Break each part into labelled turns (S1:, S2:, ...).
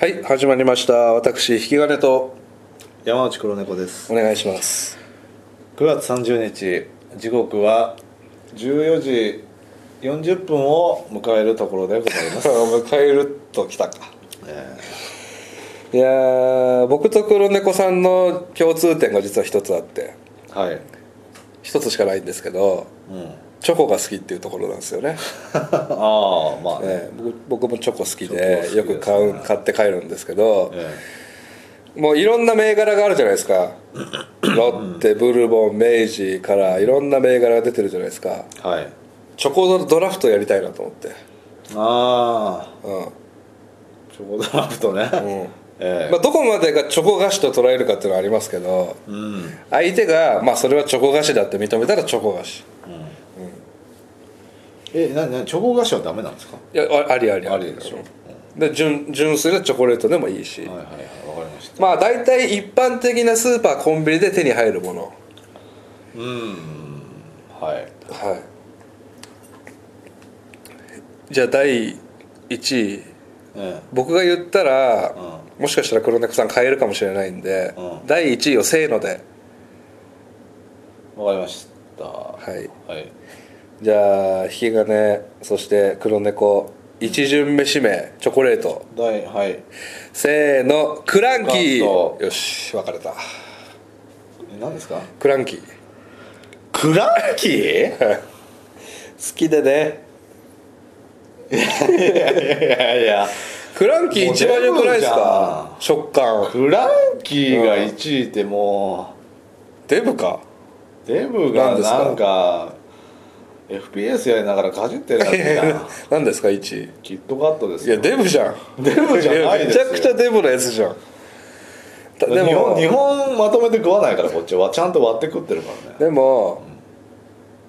S1: はい始まりました私引き金と
S2: 山内黒猫です
S1: お願いします
S2: 9月30日時刻は14時40分を迎えるところでござい ます、
S1: 迎えるときたか
S2: えー
S1: いやー僕と黒猫さんの共通点が実は一つあって
S2: はい、
S1: 一つしかないんですけど
S2: うん、
S1: チョコが好きっていうところなんですよね、
S2: ああまあね、
S1: ええ僕僕もチョコ好きで
S2: チョ
S1: よ
S2: コ好きですね
S1: く買う買って帰るんですけど、
S2: え
S1: もういろんな銘柄があるじゃないですかロッテブルボン明治からいろんな銘柄が出てるじゃないですか
S2: えはい
S1: チョコドラフトやりたいなと思って
S2: あ
S1: うん
S2: あちょうどラフトね、
S1: うん
S2: ええ
S1: まあ、どこまでがチョコ菓子と捉えるかっていうのはありますけど
S2: うん、うん、
S1: 相手が、まあ、それはチョコ菓子だって認めたらチョコ菓子
S2: えななチョコ菓子はダメなんですか
S1: いやあありあり
S2: ありでしょ、うん
S1: で純純粋なチョコレートでもいいし、
S2: はいはいはいわかりました
S1: まあ大体一般的なスーパーコンビニで手に入るもの
S2: うんはい
S1: はいじゃあ第1位
S2: え
S1: 僕が言ったら、もしかしたら黒猫さん買えるかもしれないんで、
S2: うん
S1: 第1位をせーので
S2: えわかりましたはいはい
S1: じゃあ引き金そして黒猫一巡目指名チョコレート
S2: 第はい
S1: せーのクランキー
S2: クランキー
S1: よし分かれた
S2: え何ですか
S1: クランキー好
S2: クランキー
S1: きでね
S2: いやいや
S1: クランキー一番良くないですか
S2: もう
S1: 食感
S2: クランキーが1位っても
S1: デブか
S2: うデブが
S1: 何ですか
S2: なんか FPS やりながらかじってるやつだな
S1: 何ですか1位
S2: キットカットです
S1: いやデブじゃん
S2: デブじゃない
S1: や
S2: ですよ
S1: めちゃくちゃデブなやつじゃんた
S2: で
S1: で
S2: も日
S1: も
S2: 本日本まとめて食わないからこっちはちゃんと割って食ってるからね
S1: でも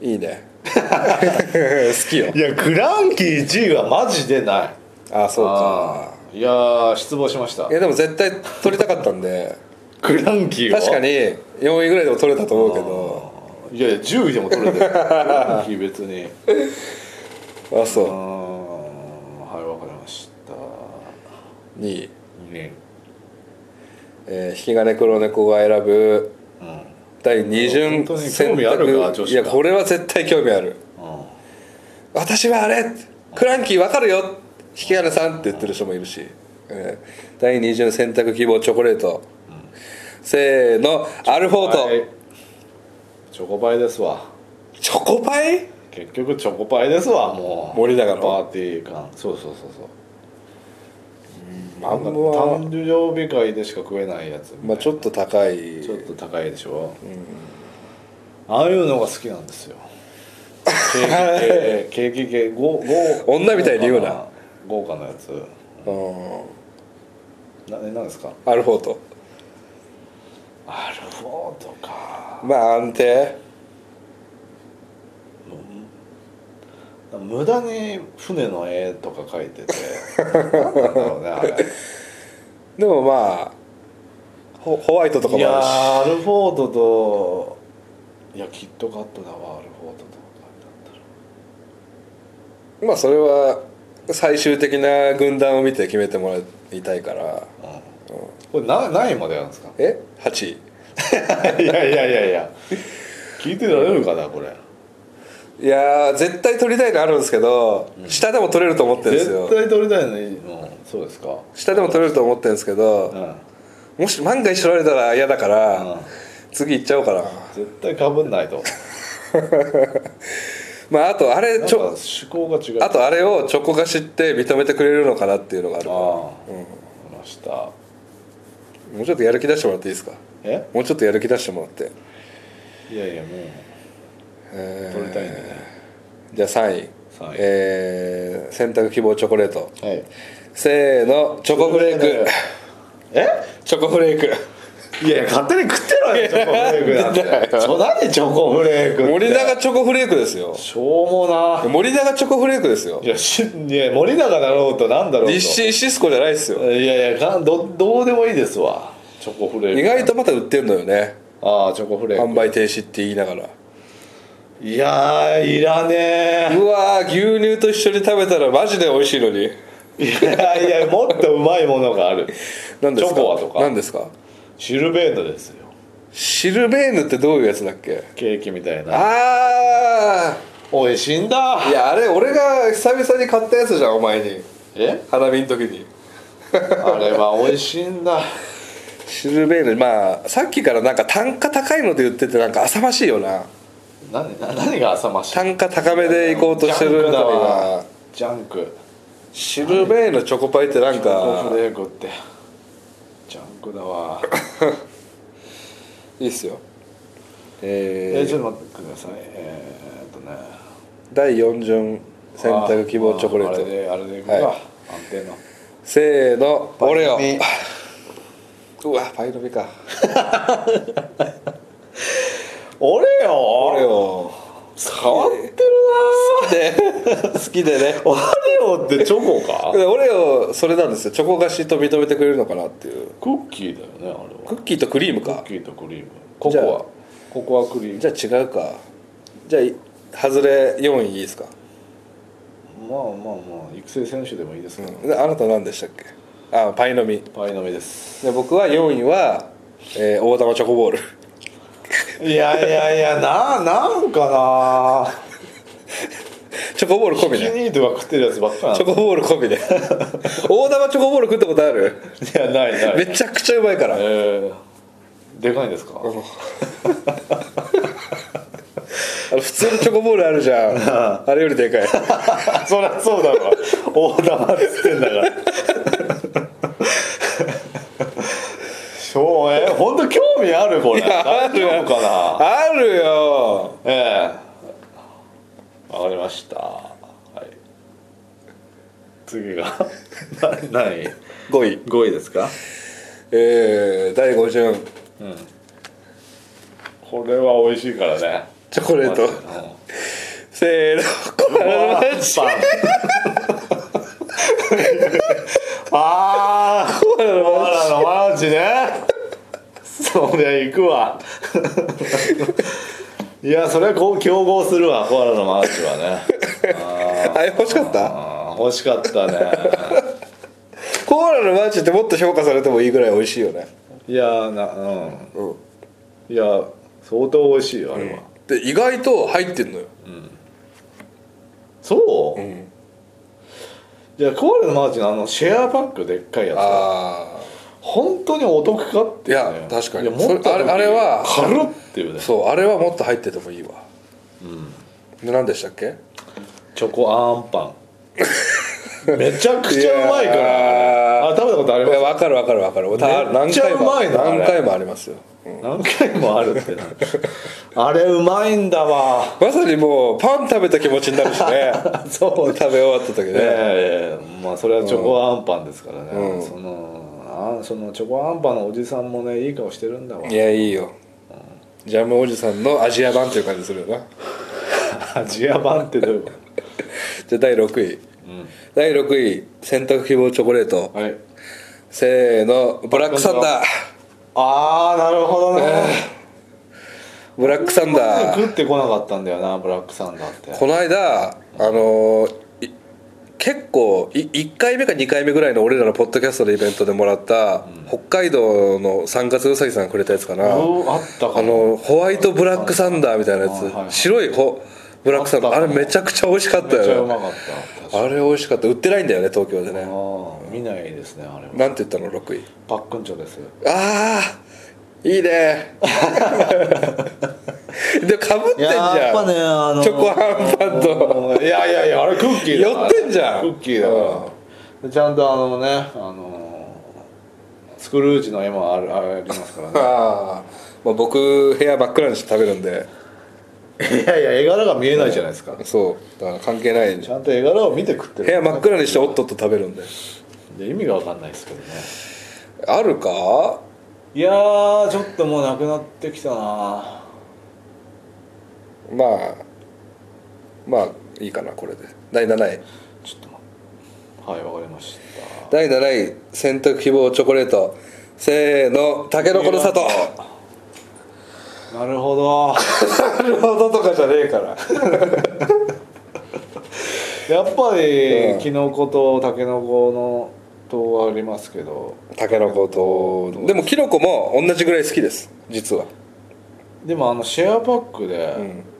S1: いい ね好きよ
S2: いやクランキー1位はマジでない
S1: あそう
S2: あ
S1: か
S2: ーいやー失望しました
S1: いやでも絶対取りたかったん で
S2: クランキーは
S1: 確かに4位ぐらいでも取れたと思うけど
S2: いやいや10位でも取れてるクランキー別 に
S1: あ
S2: うー
S1: そ
S2: んはいわかりました
S1: う2位、
S2: ね
S1: えー引き金黒猫が選ぶ
S2: うん
S1: 第2巡
S2: 本当に興味あるか女子が
S1: いやこれは絶対興味ある
S2: うん
S1: 私はあれクランキーわかるよ引き金さんって言ってる人もいるし、えー第2巡選択希望チョコレート、せーのアルフォート、
S2: はいチョコパイですわ
S1: チョコパイ
S2: 結局チョコパイですわもう
S1: 森永の
S2: パーティー感そうそうそうそう
S1: マン
S2: なんか
S1: ボは
S2: 誕生日会でしか食えないやつみたいな
S1: まあちょっと高い
S2: ちょっと高いでしょ、ああいうのが好きなんですよケーキ 系ケーキ系豪豪
S1: 女みたいに言うな
S2: 豪華な豪華なやつ
S1: うん
S2: なえ何ですか
S1: アルフォート
S2: アルフォートか
S1: まあ安定
S2: 無駄に船の絵とか描いててなんだろうねあれ
S1: でもまあホホワイトとか
S2: い
S1: も
S2: や
S1: あ
S2: ーアルフォートといやキットカットだわアルフォートと
S1: るしまあそれは最終的な軍団を見て決めてもらいたいから
S2: だったら、うんこれな何位までやるんですか
S1: え8位
S2: いやいやいやいや聞いてられるかなこれ
S1: いやー絶対取りたいのあるんですけど、下でも取れると思ってるんです
S2: 絶
S1: よ
S2: 対取りたいのに、うん、そうですか
S1: 下でも取れると思ってるんですけ
S2: う
S1: ど
S2: ん、
S1: もし万が一取られたら嫌だから、
S2: うん
S1: 次行っちゃおうかな
S2: 絶対かぶんない と
S1: まああとあれ
S2: なん
S1: ち
S2: か
S1: ょ
S2: 思考が違う
S1: あとあれをチョコ菓子って認めてくれるのかなっていうのがある
S2: あ
S1: から
S2: あ、
S1: うん
S2: いました
S1: もうちょっとやる気出してもらっていいですか
S2: え
S1: もうちょっとやる気出してもらって、
S2: いやいやも
S1: え
S2: う
S1: ー
S2: 取りたいんでね、
S1: じゃあ3位
S2: 三位
S1: えー選択希望チョコレート
S2: はい
S1: せーのチョコフレーク
S2: え
S1: チョコフレーク
S2: いやいや勝手に食ってろよチョコフレークなん
S1: なんだ
S2: て
S1: よ
S2: ちょ何チョコフレークって
S1: 森永チョコフレークですよ
S2: しょうもな
S1: 森永チョコフレークですよ
S2: いやしいや森永だろうとなんだろうと
S1: 日清シスコじゃないですよ
S2: いやいやかどどうでもいいですわチョコフレーク
S1: 意外とまた売ってんのよね
S2: ああチョコフレー
S1: 販
S2: ク
S1: 売停止って言いながら
S2: いやーいらねえ
S1: うわー牛乳と一緒に食べたらマジで美味しいのに
S2: いやいやもっとうまいものがある
S1: 何ですか
S2: チョコはとか
S1: 何ですか
S2: シルベーヌですよ
S1: シルベーヌってどういうやつだっけ
S2: ケーキみたいな
S1: あ
S2: おい死んだ
S1: あいやあれ俺が久々に買ったやつじゃんお前に
S2: え
S1: 花見の時に
S2: あれは美味しいんだ
S1: シルベーヌまあさっきからなんか単価高いので言っててなんか浅ましいよな
S2: 何な何が浅ましい
S1: 単価高めでいこうとしてる
S2: ジャンク
S1: 中
S2: だ
S1: に
S2: わ
S1: は
S2: ジャンク
S1: シルベーヌチョコパイってなん
S2: チョコフ
S1: か
S2: レークってジャンクだわ
S1: いいっすよ
S2: え
S1: え
S2: ち
S1: ー
S2: ょっと待ってくださいえー、っとね
S1: 第4巡選択希望チョコレ
S2: ああれ
S1: ート
S2: であれでいくか、
S1: はい
S2: 安定の
S1: せーのオレオ
S2: パイの
S1: うわパイの実か
S2: 俺よ
S1: オレオ
S2: 変わってる
S1: で好きでね
S2: なオレオってチョコか
S1: オレオそれなんですよチョコ菓子と認めてくれるのかなっていう
S2: クッキーだよねあれ
S1: ク
S2: は
S1: ッキーとクリーム
S2: クッ
S1: か
S2: キーとクリームコ
S1: じゃあ
S2: コアココアクリーム
S1: じゃあ違うかじゃあハズレ4位いいですか、
S2: まあまあまあ育成選手でもいいですけど、
S1: であなた何でしたっけあパイの実
S2: パイの実です
S1: で僕は4位は、えー大玉チョコボール
S2: いやいやいやななんか
S1: チョコボール
S2: な
S1: 込み
S2: ビ
S1: ね
S2: ニールは食ってるやつばっかな
S1: チョコボール込みで 大玉チョコボール食ったことある
S2: いやないない
S1: めちゃくちゃうまいから
S2: えー、でかいんですか
S1: あの普通のチョコボールあるじゃ んあれよりでかい
S2: そりゃそうだわ大玉っつってんだからそうえ本当興味あるこれ
S1: あ
S2: 大
S1: る
S2: 丈
S1: よ
S2: 夫かな
S1: あるよ
S2: ええわかりましたはい次が な何
S1: 5位
S2: 5位ですか
S1: えー、第5巡
S2: これは美味しいからね
S1: チョコレート
S2: う
S1: せーのこ
S2: ん
S1: れ
S2: わ
S1: は
S2: あパンあー
S1: コアラの
S2: コアラのマーチねそりゃ行くわいやそれはこう競合するわコアラのマーチはね
S1: あれ欲しかった
S2: あー欲しかったね
S1: コーラのマーチってもっと評価されてもいいぐらい美味しいよね
S2: いやーなうん
S1: うん
S2: いや相当美味しいよあれは、
S1: で意外と入ってんのよ
S2: そう、いやコアラのマーチのあのシェアパックでっかいやつ
S1: あ
S2: 本当にお得かっていう、ね、
S1: いや確かに
S2: いや持った時
S1: それあれあれは
S2: 軽っっていうね
S1: あそうあれはもっと入っててもいいわうん何でしたっけ
S2: チョコあんパン めちゃくちゃうまいか
S1: い
S2: ら
S1: やー
S2: あ食べたことあ
S1: い
S2: りま
S1: や
S2: す
S1: 分かる分かる分かるた
S2: めっ
S1: 何
S2: ちゃ
S1: 回
S2: う
S1: も
S2: まいなあれ
S1: 何回もありますよ
S2: 何回もあるってなあれうまいんだわ
S1: まさにもうパン食べた気持ちになるし ね
S2: そう
S1: 食べ終わった時
S2: ね
S1: ね
S2: えまあそれはチョコあんパンですからね、
S1: うん
S2: そのあそのチョコあんパンのおじさんもねいい顔してるんだわ
S1: いやいいよジャムおじさんのアジア版という感じするよな
S2: アジア版ってどういうこ
S1: じゃあ第6位
S2: と、うん
S1: 第6位洗濯希望チョコレート、
S2: はい、
S1: せーのブラックサンダー
S2: ああなるほどね
S1: ブラックサンダー
S2: 食ってこなかったんだよなブラックサンダーって
S1: この間あのーい結構い1回目か2回目ぐらいの俺らのポッドキャストのイベントでもらった、北海道の三月うさぎさんがくれたやつかなあ
S2: うんあったかも
S1: のホワイトブラックサンダーみたいなやつ、
S2: あはいはい
S1: 白いほブラックサンダー
S2: あ
S1: あ
S2: った
S1: れ
S2: かも
S1: めちゃくちゃ美味しかった
S2: めっちゃう
S1: よね
S2: まかった
S1: あれ美味しかった売ってないんだよね東京でね
S2: ああ見ないですねあれは
S1: なんて言ったの6位
S2: パックンチョです
S1: ああいい ねでかぶってんじゃん
S2: あ
S1: チョコハンパンと
S2: いやいやいやあれクッキーだから
S1: 寄ってんじゃん
S2: クッキーだからちゃんとあのねあのスクルージの絵もあるありますからね
S1: ああまあ僕部屋真っ暗にして食べるんで
S2: いやいや絵柄が見えないじゃないですか
S1: そうだから関係ない
S2: ちゃんと絵柄を見て食ってる
S1: 部屋真っ暗にしておっとっと食べるんで
S2: で意味がわかんないですけどね
S1: あるか
S2: いやーちょっともうなくなってきたな
S1: まあまあいいかなこれで第7位
S2: ちょっと待ってはいわかりました
S1: 第7位洗濯希望チョコレートせーのたけのこの里
S2: なる ほど
S1: なるほどとかじゃねえから
S2: やっぱ
S1: うん
S2: りきのことたけのこのとはありますけど
S1: タケノコとでもキノコも同じぐらい好きです実は
S2: でもあのシェアパック
S1: うん
S2: で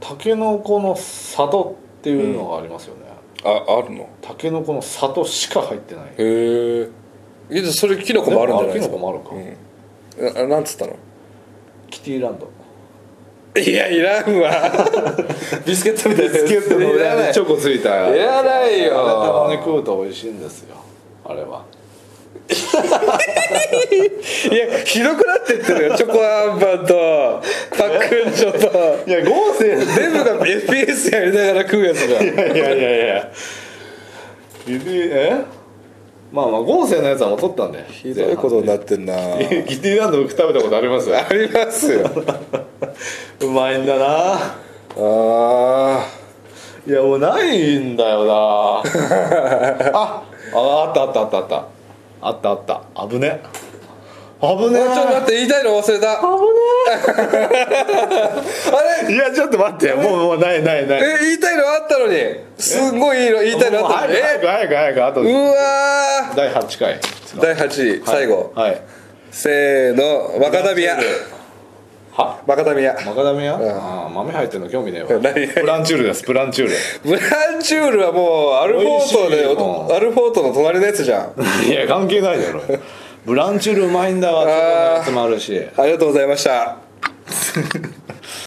S2: たけのこの里っていうのがありますよね
S1: ああるの
S2: たけのこの里しか入ってない
S1: へええじゃあそれキノコもあるんじゃないですか
S2: でもあキノコもある
S1: るか、うん、ななんつったの
S2: キティランド
S1: いやいらんわ ビスケットみたいなやついらない
S2: ョコついた
S1: いらないよ
S2: あれたまに食うと美味しいんですよあれはい
S1: やひどくなってってるよチョコアンパンとパックンチョと
S2: いや豪勢
S1: 全部が FPS やりながら食うやつじゃん
S2: いやいやいやいやビビえまあまあ豪勢のやつはもう取ったんで
S1: ひどいことになってんな
S2: え
S1: あ
S2: ギティランド僕食べたことあります
S1: りますよ
S2: うまいんだな
S1: あ
S2: いやもうないんだよ なあああったあったあったあったあったあったあぶね危ね
S1: あちょっと待って言いたいの忘れた あれ
S2: いやちょっと待ってもうもうないないない
S1: え言いたいのあったのにすんごいいいの言いたいの
S2: もう
S1: あったのに
S2: 早
S1: え
S2: く早く早くあと
S1: うわ
S2: 第8回
S1: ー第8位最後
S2: はい
S1: せーの若ダミア
S2: は
S1: 若ダミア
S2: マカダミア、
S1: ん
S2: ああ豆入ってるの興味ねえわ
S1: 何
S2: プランチュールですプランチュール
S1: ブランチュールはもうアルフォート
S2: 美味しい
S1: で
S2: よ
S1: アルフォートの隣のやつじゃん
S2: いや関係ないだろブランチュールうまいんだわチョコのやつもあるし
S1: ありがとうございました